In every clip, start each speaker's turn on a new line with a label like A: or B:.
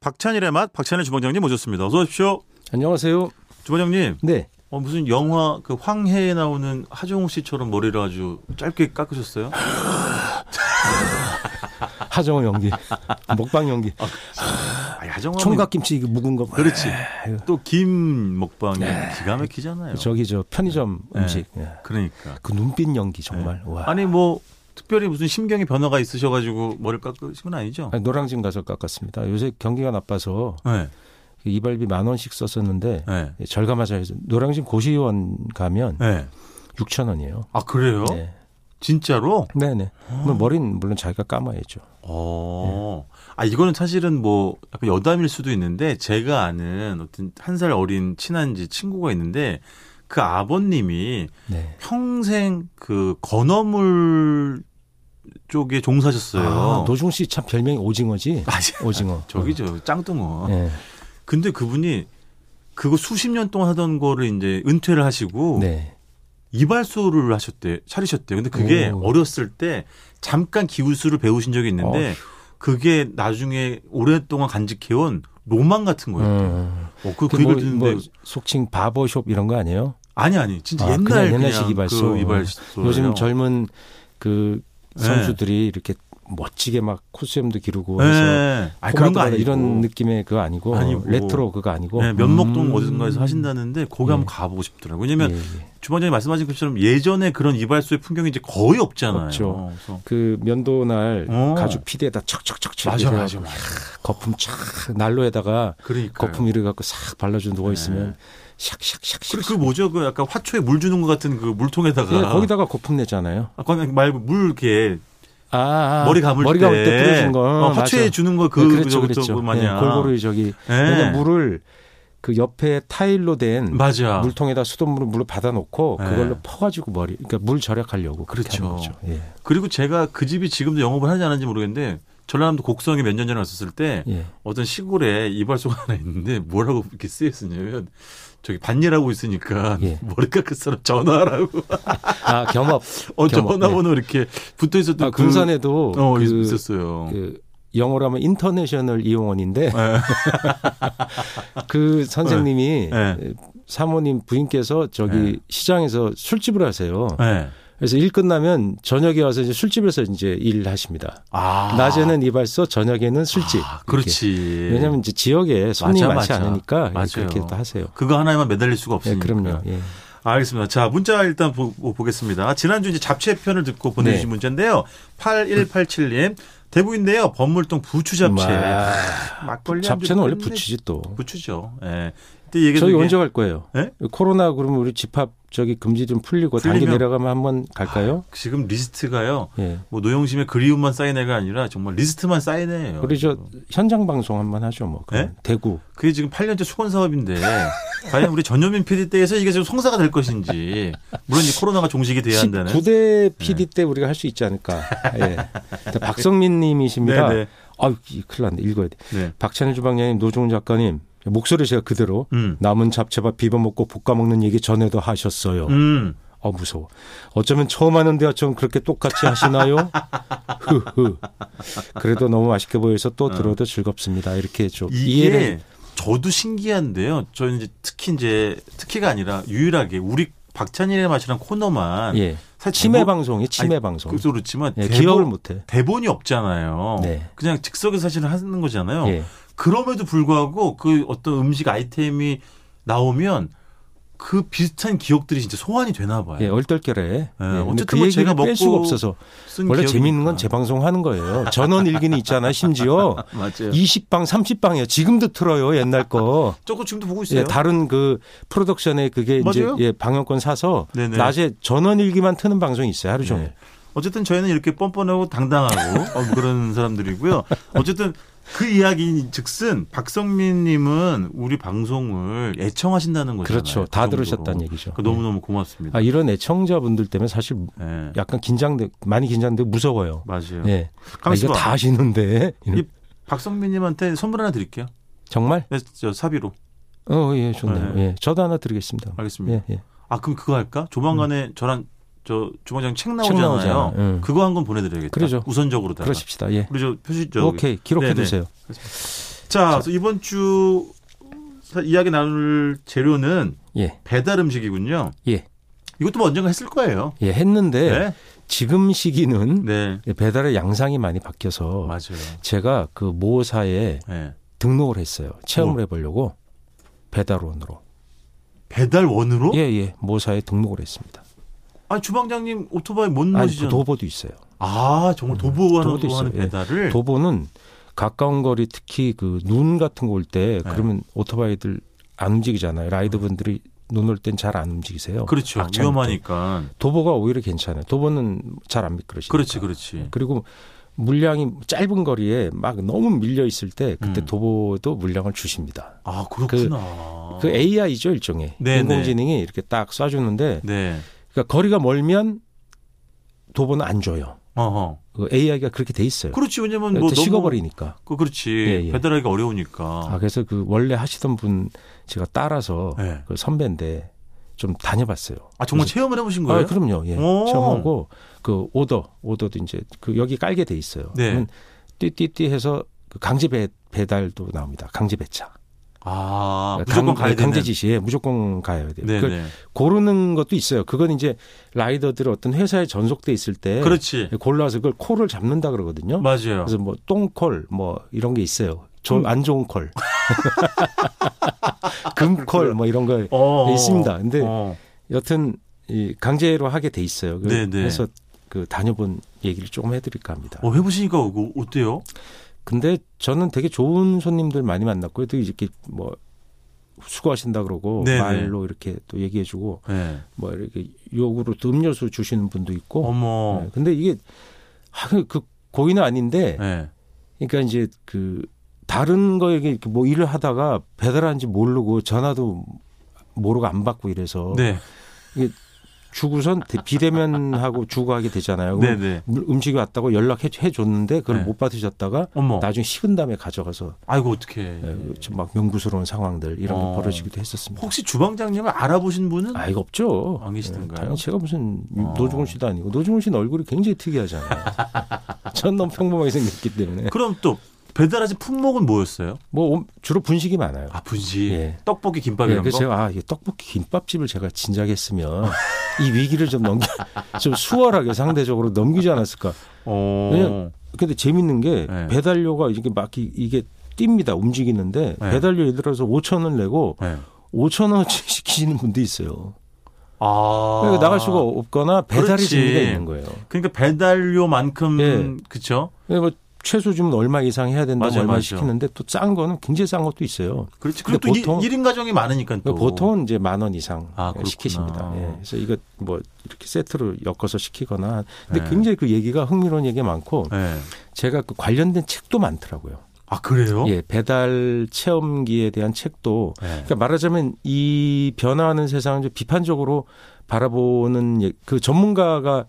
A: 박찬일의 맛 박찬일 주방장님 모셨습니다. 어서 오십시오.
B: 안녕하세요.
A: 주방장님.
B: 네.
A: 어, 무슨 영화 그 황해에 나오는 하정우 씨처럼 머리를 아주 짧게 깎으셨어요?
B: 하정우 연기. 먹방 연기.
A: 아, 하정우
B: 총각김치 이거 묵은 거.
A: 그렇지.
B: 아유,
A: 또 김 먹방이
B: 네.
A: 기가 막히잖아요.
B: 저기 저 편의점
A: 네.
B: 음식. 예.
A: 그러니까.
B: 그 눈빛 연기 정말. 와.
A: 아니 뭐 특별히 무슨 심경의 변화가 있으셔가지고 머리를 깎으신 건 아니죠?
B: 아니, 노량진 가서 깎았습니다. 요새 경기가 나빠서
A: 네.
B: 그 이발비 만 원씩 썼었는데
A: 네.
B: 예, 절감하자 해서 노량진 고시원 가면
A: 네.
B: 6천 원이에요.
A: 아 그래요?
B: 네.
A: 진짜로?
B: 네네. 뭐 머리는 물론 자기가 감아야죠.
A: 어. 아, 이거는 사실은 뭐 약간 여담일 수도 있는데 제가 아는 어떤 한 살 어린 친한 지 친구가 있는데 그 아버님이
B: 네.
A: 평생 그 건어물 쪽에 종사하셨어요.
B: 아, 노중 씨 참 별명이 오징어지.
A: 아,
B: 오징어.
A: 저기죠. 짱뚱어.
B: 네.
A: 근데 그분이 그거 수십 년 동안 하던 거를 이제 은퇴를 하시고
B: 네.
A: 이발소를 하셨대 차리셨대요. 근데 그게
B: 오.
A: 어렸을 때 잠깐 기우수를 배우신 적이 있는데
B: 아,
A: 그게 나중에 오랫동안 간직해온 로망 같은 거예요.
B: 음.
A: 어, 그,
B: 그
A: 그 얘기를
B: 뭐-
A: 듣는데
B: 뭐 속칭 바버숍 이런 거 아니에요?
A: 아니 아니 진짜
B: 아,
A: 옛날
B: 그냥
A: 그냥
B: 옛날식 이발소.
A: 그 이발소
B: 요즘 젊은 그
A: 네.
B: 선수들이 이렇게 멋지게 막 코스염도 기르고 해서
A: 네. 아니, 그런 거
B: 포마드가
A: 아니고
B: 이런 느낌의 그거 아니고,
A: 아니고.
B: 레트로 그거 아니고
A: 네, 면목동
B: 음.
A: 어디선가에서 하신다는데 거기
B: 예.
A: 한번 가보고 싶더라고요. 왜냐면
B: 예, 예.
A: 주방장님 말씀하신 것처럼 예전에 그런 이발소의 풍경이 이제 거의 없잖아요.
B: 없죠.
A: 그래서
B: 그 면도 날
A: 어.
B: 가죽 피대에다 척척척척
A: 맞아
B: 이렇게
A: 맞아
B: 해갖고
A: 맞아.
B: 거품 촥 난로에다가
A: 그러니까
B: 거품 이래 갖고 싹 발라주고
A: 네.
B: 누워 있으면 샥샥샥샥
A: 그리고 그 뭐죠? 그 약간 화초에 물 주는 것 같은 그 물통에다가
B: 예, 거기다가 거품 내잖아요.
A: 아, 거기 말고 물 이렇게
B: 아, 아
A: 머리 감을
B: 머리
A: 때,
B: 감을 때 뿌려준 거
A: 어, 화초에
B: 맞아.
A: 주는 거
B: 네,
A: 그,
B: 그렇죠,
A: 그,
B: 그렇죠.
A: 그 마냥
B: 예, 골고루 저기
A: 예.
B: 왜냐 물을 그 옆에 타일로 된
A: 맞아.
B: 물통에다 수돗물을 물로 받아놓고
A: 예.
B: 그걸로 퍼가지고 머리 그러니까 물 절약하려고 그렇게
A: 그렇죠.
B: 하는 거죠. 예.
A: 그리고 제가 그 집이 지금도 영업을 하지 않았는지 모르겠는데 전라남도 곡성에 몇 년 전에 왔었을 때
B: 예.
A: 어떤 시골에 이발소가 하나 있는데 뭐라고 이렇게 쓰여 있었냐면 저기 반일하고 있으니까
B: 예.
A: 머리 깎을 사람 전화하라고
B: 아 겸업.
A: 어
B: 겸업,
A: 전화번호 이렇게 붙어 있었던
B: 예. 아, 군산에도
A: 그, 어
B: 그,
A: 있었어요.
B: 그 영어로 하면 인터내셔널 이용원인데
A: 네.
B: 그 선생님이
A: 예.
B: 사모님 부인께서 저기
A: 예.
B: 시장에서 술집을 하세요.
A: 네.
B: 그래서 일 끝나면 저녁에 와서 이제 술집에서 이제 일하십니다.
A: 아
B: 낮에는 이발소, 저녁에는 술집.
A: 아,
B: 이렇게.
A: 그렇지.
B: 왜냐하면 이제 지역에 손이
A: 맞아,
B: 많지
A: 맞아.
B: 않으니까 예,
A: 맞아요.
B: 그렇게 또 하세요.
A: 그거 하나에만 매달릴 수가
B: 예,
A: 없으니까.
B: 그럼요. 예.
A: 알겠습니다. 자, 문자 일단 보, 겠습니다 지난주 이제 잡채편을 듣고 보내주신
B: 네.
A: 문자인데요. 8187님. 대구인데요. 범물동 부추 잡채.
B: 와.
A: 아, 막걸리 한
B: 잡채는
A: 줄
B: 원래
A: 끝내-
B: 부치지 또.
A: 부추죠. 예. 근데 얘기
B: 저희 언제 갈 거예요?
A: 예?
B: 코로나 그러면 우리 집합 저기 금지 좀 풀리고 단계
A: 풀리면-
B: 내려가면 한번 갈까요?
A: 지금 리스트가요.
B: 예.
A: 뭐 노영심의 그리움만 쌓인 애가 아니라 정말 리스트만 쌓인 애예요.
B: 우리 저 현장 방송 한번 하죠 뭐. 그럼.
A: 예?
B: 대구.
A: 그게 지금 8년째 수건 사업인데 과연 우리 전현민 PD 때에서 이게 지금 성사가 될 것인지 물론 이 코로나가 종식이 돼야 한다는
B: 19대
A: 예.
B: PD 때 우리가 할 수 있지 않을까. 예. 근데 박성민 님이십니다.
A: 네, 네.
B: 아유, 이 큰일 났네. 읽어야 돼.
A: 네.
B: 박찬일 주방장님, 노종훈 작가님. 목소리 제가 그대로
A: 음.
B: 남은 잡채밥 비벼먹고 볶아먹는 얘기 전에도 하셨어요.
A: 음.
B: 어 무서워. 어쩌면 처음 하는 대화처럼 그렇게 똑같이 하시나요? 흐흐. 그래도 너무 맛있게 보여서 또 들어도 즐겁습니다. 이렇게 좀 이해를
A: 이게 저도 신기한데요. 저 이제 특히 이제 특히가 아니라 유일하게 우리 박찬일의 맛이란 코너만
B: 예.
A: 사실
B: 치매
A: 대본-
B: 방송이 예, 치매
A: 아, 뭐? 아니,
B: 방송.
A: 그래서 그렇지만
B: 예,
A: 대본,
B: 기억을 못 해.
A: 대본이 없잖아요.
B: 네.
A: 그냥 즉석에서 사실 하는 거잖아요.
B: 예.
A: 그럼에도 불구하고 그 어떤 음식 아이템이 나오면 그 비슷한 기억들이 진짜 소환이 되나 봐요.
B: 예, 얼떨결에. 예, 근데
A: 어쨌든
B: 그
A: 뭐
B: 얘기를
A: 제가 먹고
B: 뺄 수가 없어서
A: 쓴
B: 원래
A: 기억이니까.
B: 재밌는 건 재방송 하는 거예요. 전원 일기는 있잖아요. 심지어
A: 맞아요.
B: 20방, 30방이에요. 지금도 틀어요. 옛날 거.
A: 저거 지금도 보고 있어요.
B: 예, 다른 그 프로덕션에 그게 이제
A: 맞아요.
B: 예, 방영권 사서
A: 네네.
B: 낮에 전원 일기만 트는 방송이 있어요. 하루 종일.
A: 어쨌든 저희는 이렇게 뻔뻔하고 당당하고 어, 그런 사람들이고요. 어쨌든 그 이야기인 즉슨 박성민님은 우리 방송을 애청하신다는 거잖아요.
B: 그렇죠. 다
A: 정도로.
B: 들으셨다는 얘기죠.
A: 그러니까 너무너무 고맙습니다.
B: 아, 이런 애청자분들 때문에 사실
A: 예.
B: 약간 긴장돼, 많이 긴장돼 무서워요.
A: 맞아요.
B: 예. 아,
A: 네. 강씨
B: 이거 다 아시는데. 이런-
A: 이- 박성민님한테 선물 하나 드릴게요.
B: 정말?
A: 네, 저 사비로.
B: 어, 예, 좋네요.
A: 네.
B: 예. 저도 하나 드리겠습니다.
A: 알겠습니다.
B: 예, 예.
A: 아 그럼 그거 할까? 조만간에 저랑 저 주방장 책
B: 음. 책
A: 나오잖아요.
B: 나오잖아요. 응.
A: 그거 한 건 보내드려야겠다.
B: 그러죠.
A: 우선적으로다가.
B: 그러십시다. 예.
A: 우리 저 표시 저
B: 오케이. 기록해
A: 네네.
B: 두세요.
A: 자, 그래서 이번 주 사- 이야기 나눌 재료는
B: 예,
A: 배달 음식이군요.
B: 예,
A: 이것도 뭐 언젠가 했을 거예요.
B: 예 했는데
A: 네.
B: 지금 시기는 예,
A: 네.
B: 배달의 양상이 많이 바뀌어서
A: 맞아요.
B: 제가 그 모사에
A: 네.
B: 등록을 했어요. 체험을 해보려고 배달원으로.
A: 어? 배달원으로?
B: 예, 예, 모사에 등록을 했습니다.
A: 아니, 주방장님 오토바이 못
B: 아니,
A: 모시죠?
B: 그 도보도 있어요.
A: 아, 정말 도보하는
B: 도보도
A: 하는
B: 있어요. 예.
A: 배달을?
B: 도보는 가까운 거리 특히 그 눈 같은 거 올 때
A: 네.
B: 그러면 오토바이들 안 움직이잖아요. 라이더 분들이 눈 올 땐 잘 안 움직이세요.
A: 그렇죠.
B: 악착
A: 위험하니까.
B: 도보가 오히려 괜찮아요. 도보는 잘 안 미끄러지니까.
A: 그렇지, 그렇지.
B: 그리고 물량이 짧은 거리에 막 너무 밀려 있을 때 그때
A: 음.
B: 도보도 물량을 주십니다.
A: 아, 그렇구나.
B: 그 AI죠 일종의
A: 어. 네,
B: 인공지능이 이렇게 딱 쏴주는데
A: 네.
B: 그러니까 거리가 멀면 도보는 안 줘요.
A: 어허.
B: 그 AI가 그렇게 돼 있어요. 네,
A: 그렇지, 왜냐면 뭐. 너무-
B: 식어버리니까.
A: 그, 그렇지.
B: 예, 예.
A: 배달하기 어려우니까.
B: 아, 그래서 그 원래 하시던 분 제가 따라서
A: 네.
B: 그 선배인데 좀 다녀봤어요.
A: 아, 정말
B: 그래서-
A: 체험을 해보신 거예요?
B: 아, 그럼요. 예.
A: 오.
B: 체험하고 그 오더 오더도 이제 그 여기 깔게 돼 있어요.
A: 네.
B: 그러면 띠띠띠 해서 그 강제 배, 배달도 나옵니다. 강제 배차.
A: 아,
B: 그러니까
A: 무조건 가야 되는.
B: 강제 지시에 무조건 가야 돼요.
A: 네,
B: 그걸
A: 네.
B: 고르는 것도 있어요. 그건 이제 라이더들 어떤 회사에 전속돼 있을 때
A: 그렇지.
B: 골라서 그걸 콜을 잡는다 예. 그러거든요.
A: 맞아요.
B: 그래서 뭐 똥콜 뭐 이런 게 있어요.
A: 음.
B: 좀 안 좋은 콜. 금콜 뭐 이런 거
A: 어,
B: 있습니다. 네. 근데
A: 어.
B: 여튼 이 강제로 하게 돼 있어요. 그-
A: 네네.
B: 그래서 그 다녀본 얘기를 조금 해드릴까 합니다.
A: 어, 해보시니까 어, 어때요?
B: 근데 저는 되게 좋은 손님들 많이 만났고요. 되게 이렇게 뭐 수고하신다 그러고
A: 네네.
B: 말로 이렇게 또 얘기해주고
A: 네.
B: 뭐 이렇게 요구로 또 음료수 주시는 분도 있고.
A: 어머.
B: 네, 근데 이게 아, 그- 그 고의는 아닌데
A: 네.
B: 그러니까 이제 그 다른 거에 이렇게 뭐 일을 하다가 배달하는지 모르고 전화도 모르고 안 받고 이래서
A: 네.
B: 주고선 대- 비대면하고 주고 하게 되잖아요.
A: 네,
B: 그럼
A: 네.
B: 물- 음식이 왔다고 연락해 해 줬는데 그걸
A: 네.
B: 못 받으셨다가
A: 어머.
B: 나중에 식은 다음에 가져가서
A: 아이고, 어떡해.
B: 예, 좀막 명구스러운 상황들 이런 거
A: 어.
B: 벌어지기도 했었습니다.
A: 혹시 주방장님을 알아보신 분은?
B: 아 이거 없죠.
A: 안 계시던가요?
B: 예, 당연히 제가 무슨
A: 어.
B: 노중훈 씨도 아니고 노중훈 씨는 얼굴이 굉장히 특이하잖아요. 전 너무 평범하게 생겼기 때문에
A: 그럼 또 배달하신 품목은 뭐였어요?
B: 뭐 옴- 주로 분식이 많아요.
A: 아, 분식.
B: 예.
A: 떡볶이 김밥
B: 예,
A: 이런
B: 그래서
A: 거?
B: 제가 아, 이 떡볶이 김밥집을 제가 진작 했으면 이 위기를 좀 넘기 좀 수월하게 상대적으로 넘기지 않았을까.
A: 어.
B: 그냥- 근데 재밌는 게
A: 네.
B: 배달료가 이게 막 이- 이게 뜁니다 움직이는데
A: 네.
B: 배달료 예를 들어서 5천 원 내고
A: 네.
B: 5천 원어치 시키시는 분도 있어요.
A: 아.
B: 그러니까 나갈 수가 없거나 배달이
A: 그렇지.
B: 재미가 있는 거예요.
A: 그러니까 배달료만큼
B: 예.
A: 그쵸?
B: 근데 뭐 최소 주문 얼마 이상 해야 된다고
A: 맞아요,
B: 얼마
A: 맞아요.
B: 시키는데 또 싼 거는 굉장히 싼 것도 있어요.
A: 그렇지. 그리고
B: 근데
A: 또
B: 보통-
A: 일 1인 가정이 많으니까 또.
B: 그러니까 보통은 이제 만 원 이상
A: 아, 그렇구나.
B: 시키십니다. 예. 그래서 이거 뭐 이렇게 세트로 엮어서 시키거나 근데
A: 네.
B: 굉장히 그 얘기가 흥미로운 얘기가 많고
A: 예.
B: 제가 그 관련된 책도 많더라고요.
A: 아, 그래요?
B: 예, 배달 체험기에 대한 책도
A: 예.
B: 그러니까 말하자면 이 변화하는 세상을 좀 비판적으로 바라보는 예- 그 전문가가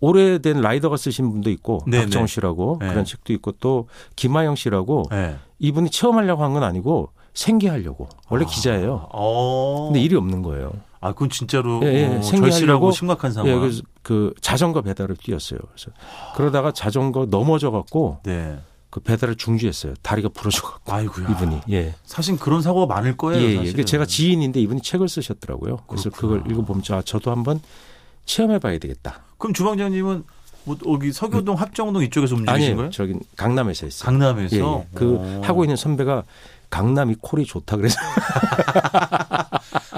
B: 오래된 라이더가 쓰신 분도 있고
A: 네네.
B: 박정우 씨라고
A: 네.
B: 그런 책도 있고 또 김하영 씨라고
A: 예.
B: 이분이 체험하려고 한 건 아니고 생계하려고 원래
A: 아.
B: 기자예요.
A: 어.
B: 근데 일이 없는 거예요.
A: 아, 그건 진짜로
B: 예, 예.
A: 어,
B: 생계하려고-
A: 절실하고 심각한 상황.
B: 예, 그래서 그 자전거 배달을 뛰었어요. 그래서 그러다가 자전거 넘어져 갖고
A: 네.
B: 그 배달을 중지했어요. 다리가 부러져 갖고
A: 아이고야.
B: 이분이 예.
A: 사실 그런 사고가 많을 거예요.
B: 예, 예.
A: 사실은.
B: 그 제가 지인인데 이분이 책을 쓰셨더라고요. 그래서 그걸
A: 그렇구나.
B: 읽어보면서 아, 저도 한번 체험해 봐야 되겠다.
A: 그럼 주방장님은 뭐 여기 서교동 합정동 이쪽에서 움직이신
B: 그 아니에요.
A: 음, 거예요?
B: 저기 강남에서 했어요.
A: 강남에서 어.
B: 예, 예. 그
A: 오.
B: 하고 있는 선배가 강남이 콜이 좋다 그래서
A: 어,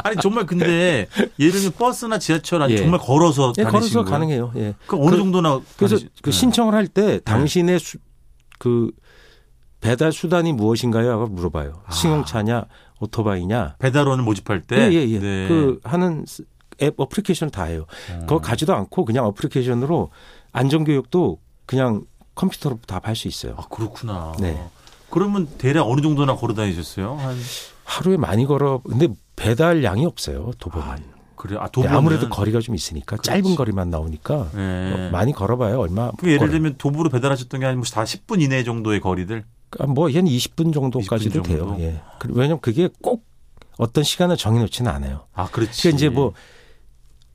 A: 아니 정말 근데 예를 들면 버스나 지하철 아니
B: 예.
A: 정말 걸어서
B: 예,
A: 다니시는 거예요?
B: 걸어서 가능해요. 예.
A: 그럼 어느
B: 그-
A: 정도나
B: 그래서
A: 다니시-
B: 그
A: 네.
B: 신청을 할 때 당신의 수, 그 배달 수단이 무엇인가요? 하고 물어봐요.
A: 아.
B: 승용차냐, 오토바이냐.
A: 배달원을 모집할 때
B: 예, 예, 예.
A: 네.
B: 그 하는 스- 앱 어플리케이션을 다 해요.
A: 음.
B: 그거 가지도 않고 그냥 어플리케이션으로 안전교육도 그냥 컴퓨터로 다 할 수 있어요.
A: 아 그렇구나.
B: 네.
A: 그러면 대략 어느 정도나 걸어 다니셨어요? 한
B: 하루에 많이 걸어 근데 배달 양이 없어요 도보는
A: 그래 아
B: 네,
A: 도보
B: 아무래도 거리가 좀 있으니까
A: 그렇지. 네.
B: 짧은 거리만 나오니까 어, 많이 걸어봐요 얼마 못
A: 예. 예를
B: 걸어요.
A: 들면 도보로 배달하셨던 게 아니면 다 10분 이내 정도의 거리들.
B: 아, 뭐한 20분 정도까지도
A: 20분
B: 돼요
A: 정도?
B: 예. 그- 왜냐면 그게 꼭 어떤 시간을 정해놓지는 않아요
A: 아 그렇지.
B: 그러니까 이제 뭐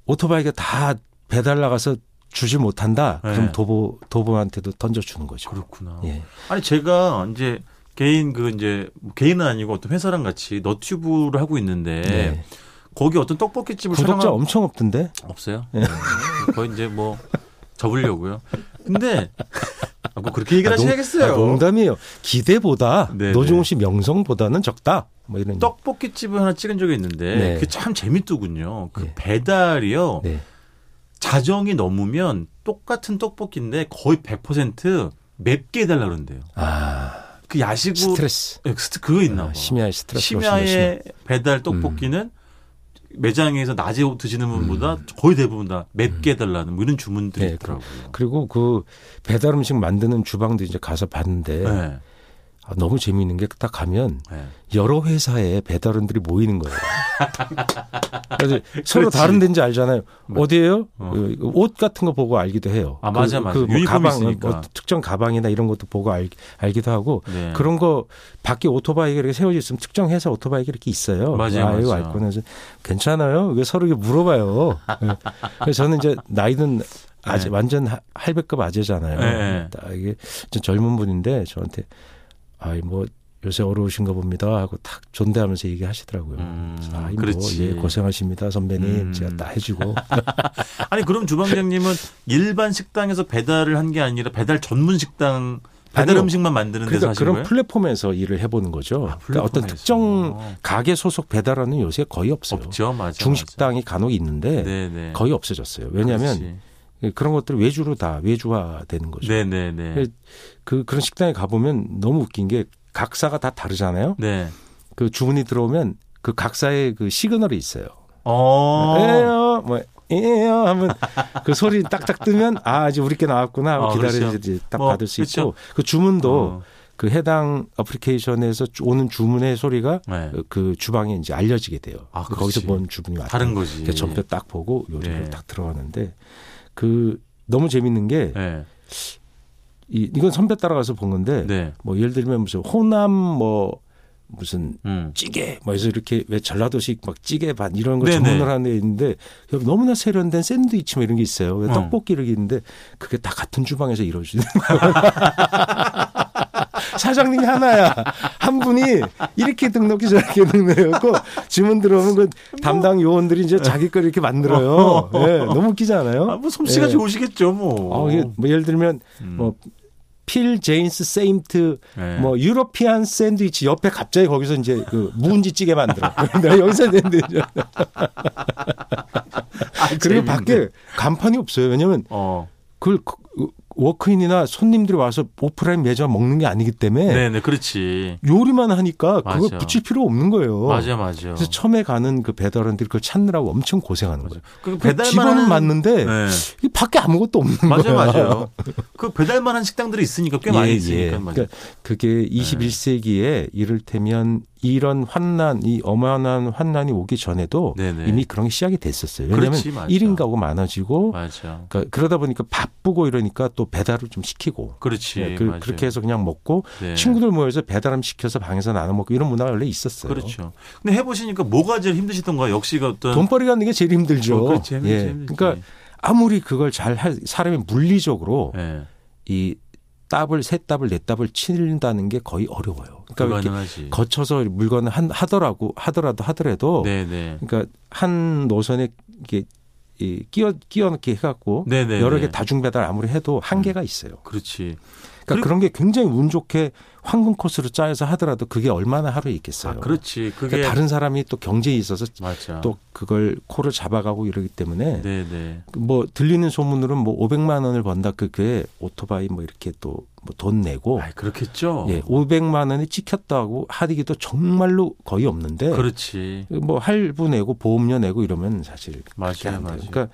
B: 오토바이가 다 배달 나가서 주지 못한다
A: 네.
B: 그럼 도보 도보한테도 던져주는 거죠
A: 그렇구나.
B: 예.
A: 아니 제가 이제 개인 그 이제 뭐 개인은 아니고 어떤 회사랑 같이 너튜브를 하고 있는데
B: 네.
A: 거기 어떤 떡볶이 집을
B: 구독자
A: 뭐 촬영한
B: 엄청 없던데. 네.
A: 없어요. 네, 거의 이제 뭐 접으려고요. 근데 아, 뭐 그렇게 얘기를
B: 아, 농-
A: 하셔야겠어요.
B: 아, 농담이에요. 기대보다
A: 네,
B: 노종훈
A: 네.
B: 씨 명성보다는 적다. 뭐 이런.
A: 떡볶이 집을 하나 찍은 적이 있는데
B: 네.
A: 그게 참 재밌더군요. 그
B: 예.
A: 배달이요.
B: 네.
A: 자정이 넘으면 똑같은 떡볶이인데 거의 100% 맵게 해달라 그러는데요.
B: 아
A: 그 야식으로
B: 스트레스.
A: 예, 스트- 그거 있나 봐.
B: 아, 심야에 스트레스.
A: 심야에 배달 떡볶이는
B: 음.
A: 매장에서 낮에 드시는 분보다 거의 대부분 다 맵게 해달라는 뭐 이런 주문들이
B: 음. 네,
A: 있더라고요.
B: 그리고 그 배달 음식 만드는 주방도 이제 가서 봤는데
A: 네.
B: 아, 너무 재미있는 게 딱 가면
A: 네.
B: 여러 회사에 배달원들이 모이는 거예요. 그래서 서로
A: 그렇지.
B: 다른 데인지 알잖아요.
A: 네.
B: 어디예요?
A: 어.
B: 그, 옷 같은 거 보고 알기도 해요.
A: 아, 맞아, 맞아.
B: 뭐
A: 유니폼
B: 가방,
A: 있으니까.
B: 뭐 특정 가방이나 이런 것도 보고 알, 알기도 하고
A: 네.
B: 그런 거 밖에 오토바이가 이렇게 세워져 있으면 특정 회사 오토바이가 이렇게 있어요.
A: 맞아요,
B: 이거
A: 맞아요.
B: 알고 나서 괜찮아요. 이거 서로 이렇게 물어봐요. 예. 그래서 저는 이제 나이는 아재,
A: 네.
B: 완전 하- 할배급 아재잖아요.
A: 네.
B: 딱 이게 좀 젊은 분인데 저한테 아이 뭐 요새 어려우신가 봅니다 하고 탁 존대하면서 얘기하시더라고요.
A: 음,
B: 그래서 아이 뭐,
A: 그렇지.
B: 예, 고생하십니다 선배님
A: 음.
B: 제가 다 해주고
A: 아니 그럼 주방장님은 일반 식당에서 배달을 한 게 아니라 배달 전문 식당 배달
B: 아니요.
A: 음식만 만드는 데서
B: 그러니까
A: 하신
B: 그런
A: 거예요?
B: 플랫폼에서 일을 해보는 거죠.
A: 아,
B: 그러니까 어떤
A: 플랫폼에서.
B: 특정 가게 소속 배달하는 요새 거의 없어요.
A: 없죠, 맞아.
B: 중식당이 간혹 있는데
A: 네네.
B: 거의 없어졌어요. 왜냐하면 그런 것들이 외주로 다 외주화되는 거죠.
A: 네네네.
B: 그래서 그 그런 식당에 가보면 너무 웃긴 게 각사가 다 다르잖아요.
A: 네.
B: 그 주문이 들어오면 그 각사의 그 시그널이 있어요.
A: 어.
B: 에요 뭐 에요 하면 그 소리 딱딱 뜨면 아 이제 우리께 나왔구나 하고
A: 아,
B: 기다려야지
A: 그렇죠.
B: 이제 딱
A: 뭐,
B: 받을 수
A: 그렇죠.
B: 있고 그 주문도
A: 어.
B: 그 해당 어플리케이션에서 주- 오는 주문의 소리가
A: 네.
B: 그 주방에 이제 알려지게 돼요.
A: 아,
B: 거기서
A: 그렇지.
B: 본 주문이 왔다.
A: 다른 거지.
B: 그 전표 딱 보고 요리를
A: 네.
B: 딱 들어가는데 그 너무 재밌는 게
A: 네.
B: 이, 이건 선배 따라가서 본 건데
A: 네.
B: 뭐 예를 들면 무슨 호남 뭐 무슨
A: 음.
B: 찌개 뭐 해서 이렇게 왜 전라도식 막 찌개 반 이런 거
A: 네네.
B: 주문을 하는 애 있는데 여기 너무나 세련된 샌드위치 뭐 이런 게 있어요.
A: 어.
B: 떡볶이 이렇게 있는데 그게 다 같은 주방에서 이루어지는 거예요. 사장님이 하나야. 한 분이 이렇게 등록해 저렇게 등록해갖고 주문 들어오면
A: 뭐.
B: 그 담당 요원들이 이제 자기 걸 이렇게 만들어요. 예, 너무 웃기지 않아요?
A: 아, 뭐 솜씨가
B: 예.
A: 좋으시겠죠, 뭐.
B: 어, 이게 뭐 예를 들면
A: 음.
B: 뭐 필 제인스 세인트
A: 네.
B: 뭐 유러피안 샌드위치 옆에 갑자기 거기서 이제 그 무은지 찌개 만들어. 내가 여기서 샌드위치.
A: 아,
B: 그리고
A: 재밌네.
B: 밖에 간판이 없어요. 왜냐면
A: 어.
B: 그걸 그- 그 워크인이나 손님들이 와서 오프라인 매장 먹는 게 아니기 때문에
A: 네, 네, 그렇지.
B: 요리만 하니까
A: 맞아.
B: 그걸 붙일 필요 없는 거예요.
A: 맞아, 맞아.
B: 그래서 처음에 가는 그 배달원들이 그걸 찾느라고 엄청 고생하는
A: 맞아. 그
B: 거예요.
A: 배달만
B: 직원은
A: 하는-
B: 맞는데
A: 네.
B: 이게 밖에 아무것도 없는
A: 맞아,
B: 거예요. 예,
A: 맞아요. 그 배달만 한 식당들이 있으니까 꽤 많이 있으니까 뭐. 네. 맞아.
B: 그러니까 그게 21세기에 이를테면 이런 환난, 이 어마어마한 환난이 오기 전에도
A: 네네.
B: 이미 그런 게 시작이 됐었어요. 왜냐하면
A: 그렇지, 맞아.
B: 1인 가구 많아지고
A: 맞아.
B: 그러니까 그러다 보니까 바쁘고 이러니까 또 배달을 좀 시키고
A: 그렇지.
B: 예, 그,
A: 맞아요.
B: 렇게 해서 그냥 먹고
A: 네.
B: 친구들 모여서 배달음 시켜서 방에서 나눠 먹고 이런 문화가 원래 있었어요.
A: 그렇죠. 근데 해보시니까 뭐가 제일 힘드시던가 역시 그 어떤
B: 돈벌이 가는 게 제일 힘들죠.
A: 어, 그렇지, 힘들지, 힘들지.
B: 그러니까 아무리 그걸 잘 할 사람이 물리적으로
A: 예,
B: 이 답을 세 답을 네 답을 치는다는 게 거의 어려워요. 그러니까 이렇게
A: 불가능하지.
B: 거쳐서 물건을 한, 하더라고 하더라도 하더라도
A: 예. 네네.
B: 그러니까 한 노선에 이게 이 끼워 끼워넣기 해갖고
A: 네네.
B: 여러 개 다중 배달 아무리 해도 한계가 있어요.
A: 그렇지.
B: 그러니까
A: 그리고-
B: 그런 게 굉장히 운 좋게 황금 코스로 짜여서 하더라도 그게 얼마나 하루에 있겠어요.
A: 아, 그렇지. 그게
B: 그러니까 다른 사람이 또 경제에 있어서
A: 맞아.
B: 또 그걸 코를 잡아가고 이러기 때문에
A: 네네.
B: 뭐 들리는 소문으로는 뭐 500만 원을 번다 그게 오토바이 뭐 이렇게 또 뭐 돈 내고
A: 아, 그렇겠죠.
B: 예, 500만 원이 찍혔다고 하기도 정말로 거의 없는데
A: 그렇죠. 그렇지.
B: 뭐 할부 내고 보험료 내고 이러면 사실 그렇게
A: 맞아요,
B: 안 돼요.
A: 맞아요.
B: 그러니까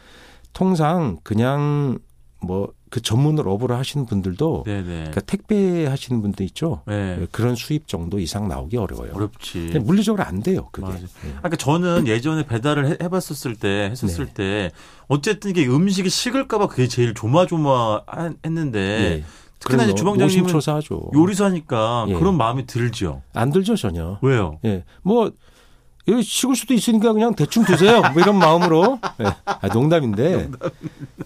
B: 통상 그냥 뭐 그 전문을 업으로 하시는 분들도
A: 네네.
B: 그러니까 택배 하시는 분도 있죠.
A: 네.
B: 예, 그런 수입 정도 이상 나오기 어려워요.
A: 어렵지.
B: 근데 물리적으로 안 돼요, 그게.
A: 맞아요.
B: 예.
A: 아까 저는 예전에 배달을 해, 해봤었을 때 했었을
B: 네.
A: 때 어쨌든 이게 음식이 식을까봐 그게 제일 조마조마했는데
B: 예.
A: 네. 특히나 이제
B: 그럼
A: 주방장님은
B: 노심초사하죠.
A: 요리사니까
B: 예.
A: 그런 마음이 들죠.
B: 안 들죠 전혀.
A: 왜요?
B: 예, 뭐 이거 식을 수도 있으니까 그냥 대충 드세요. 뭐 이런 마음으로. 예. 아, 농담인데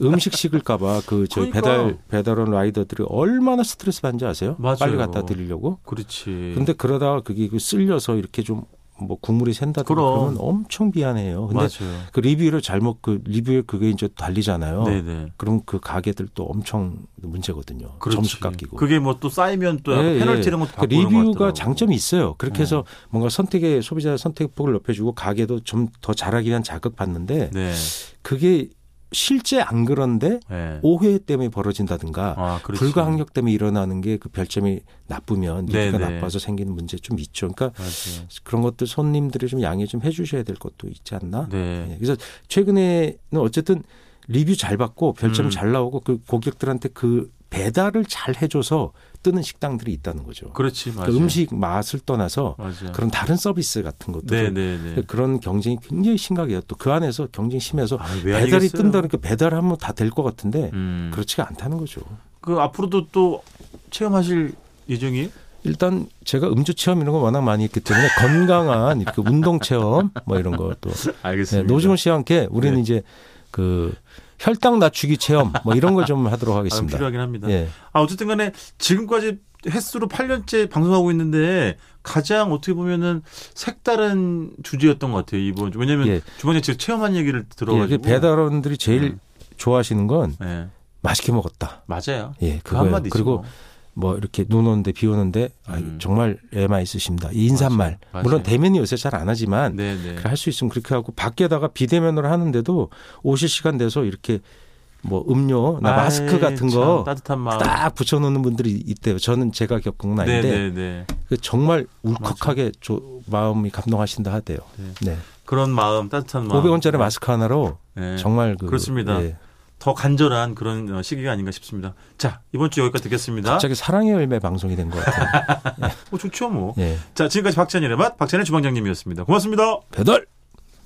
B: 음식 식을까봐 그 저희
A: 그러니까.
B: 배달 배달원 라이더들이 얼마나 스트레스 받는지 아세요?
A: 맞아요. 예.
B: 빨리 갖다 드리려고.
A: 그렇지.
B: 근데 그러다가 그게 그 쓸려서 이렇게 좀 뭐 국물이 샌다든가
A: 그럼.
B: 그러면 엄청 미안해요. 근데
A: 맞아요.
B: 그 리뷰를 잘못 그 리뷰에 그게 이제 달리잖아요.
A: 네네.
B: 그럼 그 가게들도 엄청 문제거든요.
A: 그렇지.
B: 점수 깎이고.
A: 그게 뭐 또 쌓이면 또 약간
B: 예,
A: 페널티
B: 예.
A: 이런 것도
B: 그
A: 받고 이런 것
B: 리뷰가
A: 같더라고요. 네.
B: 장점이 있어요. 그렇게 해서 뭔가 선택의 소비자 선택폭을 높여주고 가게도 좀 더 잘하기 위한 자극 받는데
A: 네.
B: 그게 실제 안 그런데
A: 네.
B: 오해 때문에 벌어진다든가
A: 아, 그렇지.
B: 불가항력 때문에 일어나는 게 그 별점이 나쁘면
A: 네,
B: 리뷰가
A: 네.
B: 나빠서 생기는 문제 좀 있죠. 그러니까
A: 맞아요.
B: 그런 것들 손님들이 좀 양해 좀 해주셔야 될 것도 있지 않나.
A: 네.
B: 예, 그래서 최근에는 어쨌든 리뷰 잘 받고 별점
A: 음.
B: 잘 나오고 그 고객들한테 그 배달을 잘 해줘서 뜨는 식당들이 있다는 거죠.
A: 그렇지. 맞아요.
B: 그러니까 음식 맛을 떠나서
A: 맞아요.
B: 그런 다른 서비스 같은 것도
A: 네,
B: 좀
A: 네, 네.
B: 그런 경쟁이 굉장히 심각해요. 또 그 안에서 경쟁 이 심해서
A: 아, 왜
B: 배달이
A: 아니겠어요?
B: 뜬다니까 배달하면 다 될 것 같은데
A: 음.
B: 그렇지가 않다는 거죠.
A: 그 앞으로도 또 체험하실 예정이에요?
B: 일단 제가 음주 체험 이런 거 워낙 많이 했기 때문에 건강한 이렇게 운동 체험 뭐 이런 것도 네,
A: 알겠습니다.
B: 노지원 씨와 함께 우리는
A: 네.
B: 이제 그 혈당 낮추기 체험 뭐 이런 걸 좀 하도록
A: 아,
B: 하겠습니다.
A: 필요하긴 합니다.
B: 예.
A: 아, 어쨌든 간에 지금까지 횟수로 8년째 방송하고 있는데 가장 어떻게 보면은 색다른 주제였던 것 같아요, 이번 주. 왜냐면
B: 예.
A: 주변에 제가 체험한 얘기를
B: 예, 그
A: 들어가지고.
B: 배달원들이 제일
A: 음.
B: 좋아하시는 건
A: 예.
B: 맛있게 먹었다.
A: 맞아요.
B: 예,
A: 그
B: 그거예요.
A: 한마디죠.
B: 그리고 뭐 이렇게 눈 오는데 비 오는데 아유,
A: 음.
B: 정말 애마 있으십니다. 이 인사말.
A: 맞아요.
B: 물론 대면이 요새 잘 안 하지만
A: 네, 네.
B: 할 수 있으면 그렇게 하고 밖에다가 비대면으로 하는데도 오실 시간 돼서 이렇게 뭐 음료, 나 마스크
A: 아이,
B: 같은
A: 참,
B: 거 딱
A: 따뜻한 마음.
B: 붙여놓는 분들이 있대요. 저는 제가 겪은 건
A: 네,
B: 아닌데
A: 네, 네.
B: 그 정말 울컥하게 조- 마음이 감동하신다 하대요. 네.
A: 그런 마음, 따뜻한 마음.
B: 500원짜리 마스크 하나로
A: 네.
B: 정말 그
A: 그렇습니다.
B: 예,
A: 더 간절한 그런 어, 시기가 아닌가 싶습니다. 자, 이번 주 여기까지 듣겠습니다.
B: 갑자기 사랑의 열매 방송이 된 것 같아요.
A: 뭐 좋죠, 뭐.
B: 예.
A: 자, 지금까지 박찬일의 맛, 박찬일 주방장님이었습니다. 고맙습니다.
B: 배달